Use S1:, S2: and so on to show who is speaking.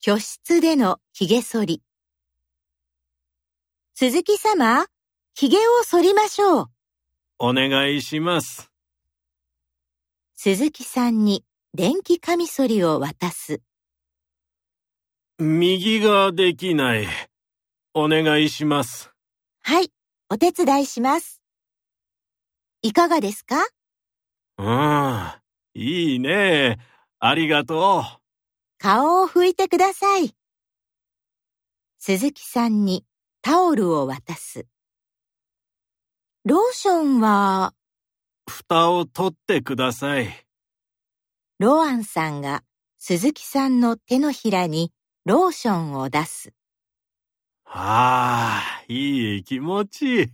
S1: 居室での髭剃り。鈴木様、髭を剃りましょう。
S2: お願いします。
S1: 鈴木さんに電気カミソリを渡す。
S2: 右ができない。お願いします。
S1: はい、お手伝いします。いかがですか
S2: うん。いいね。ありがとう。
S1: 顔を拭いてください。鈴木さんにタオルを渡す。ローションは、
S2: 蓋を取ってください。
S1: ロアンさんが鈴木さんの手のひらにローションを出す。
S2: ああ、いい気持ち。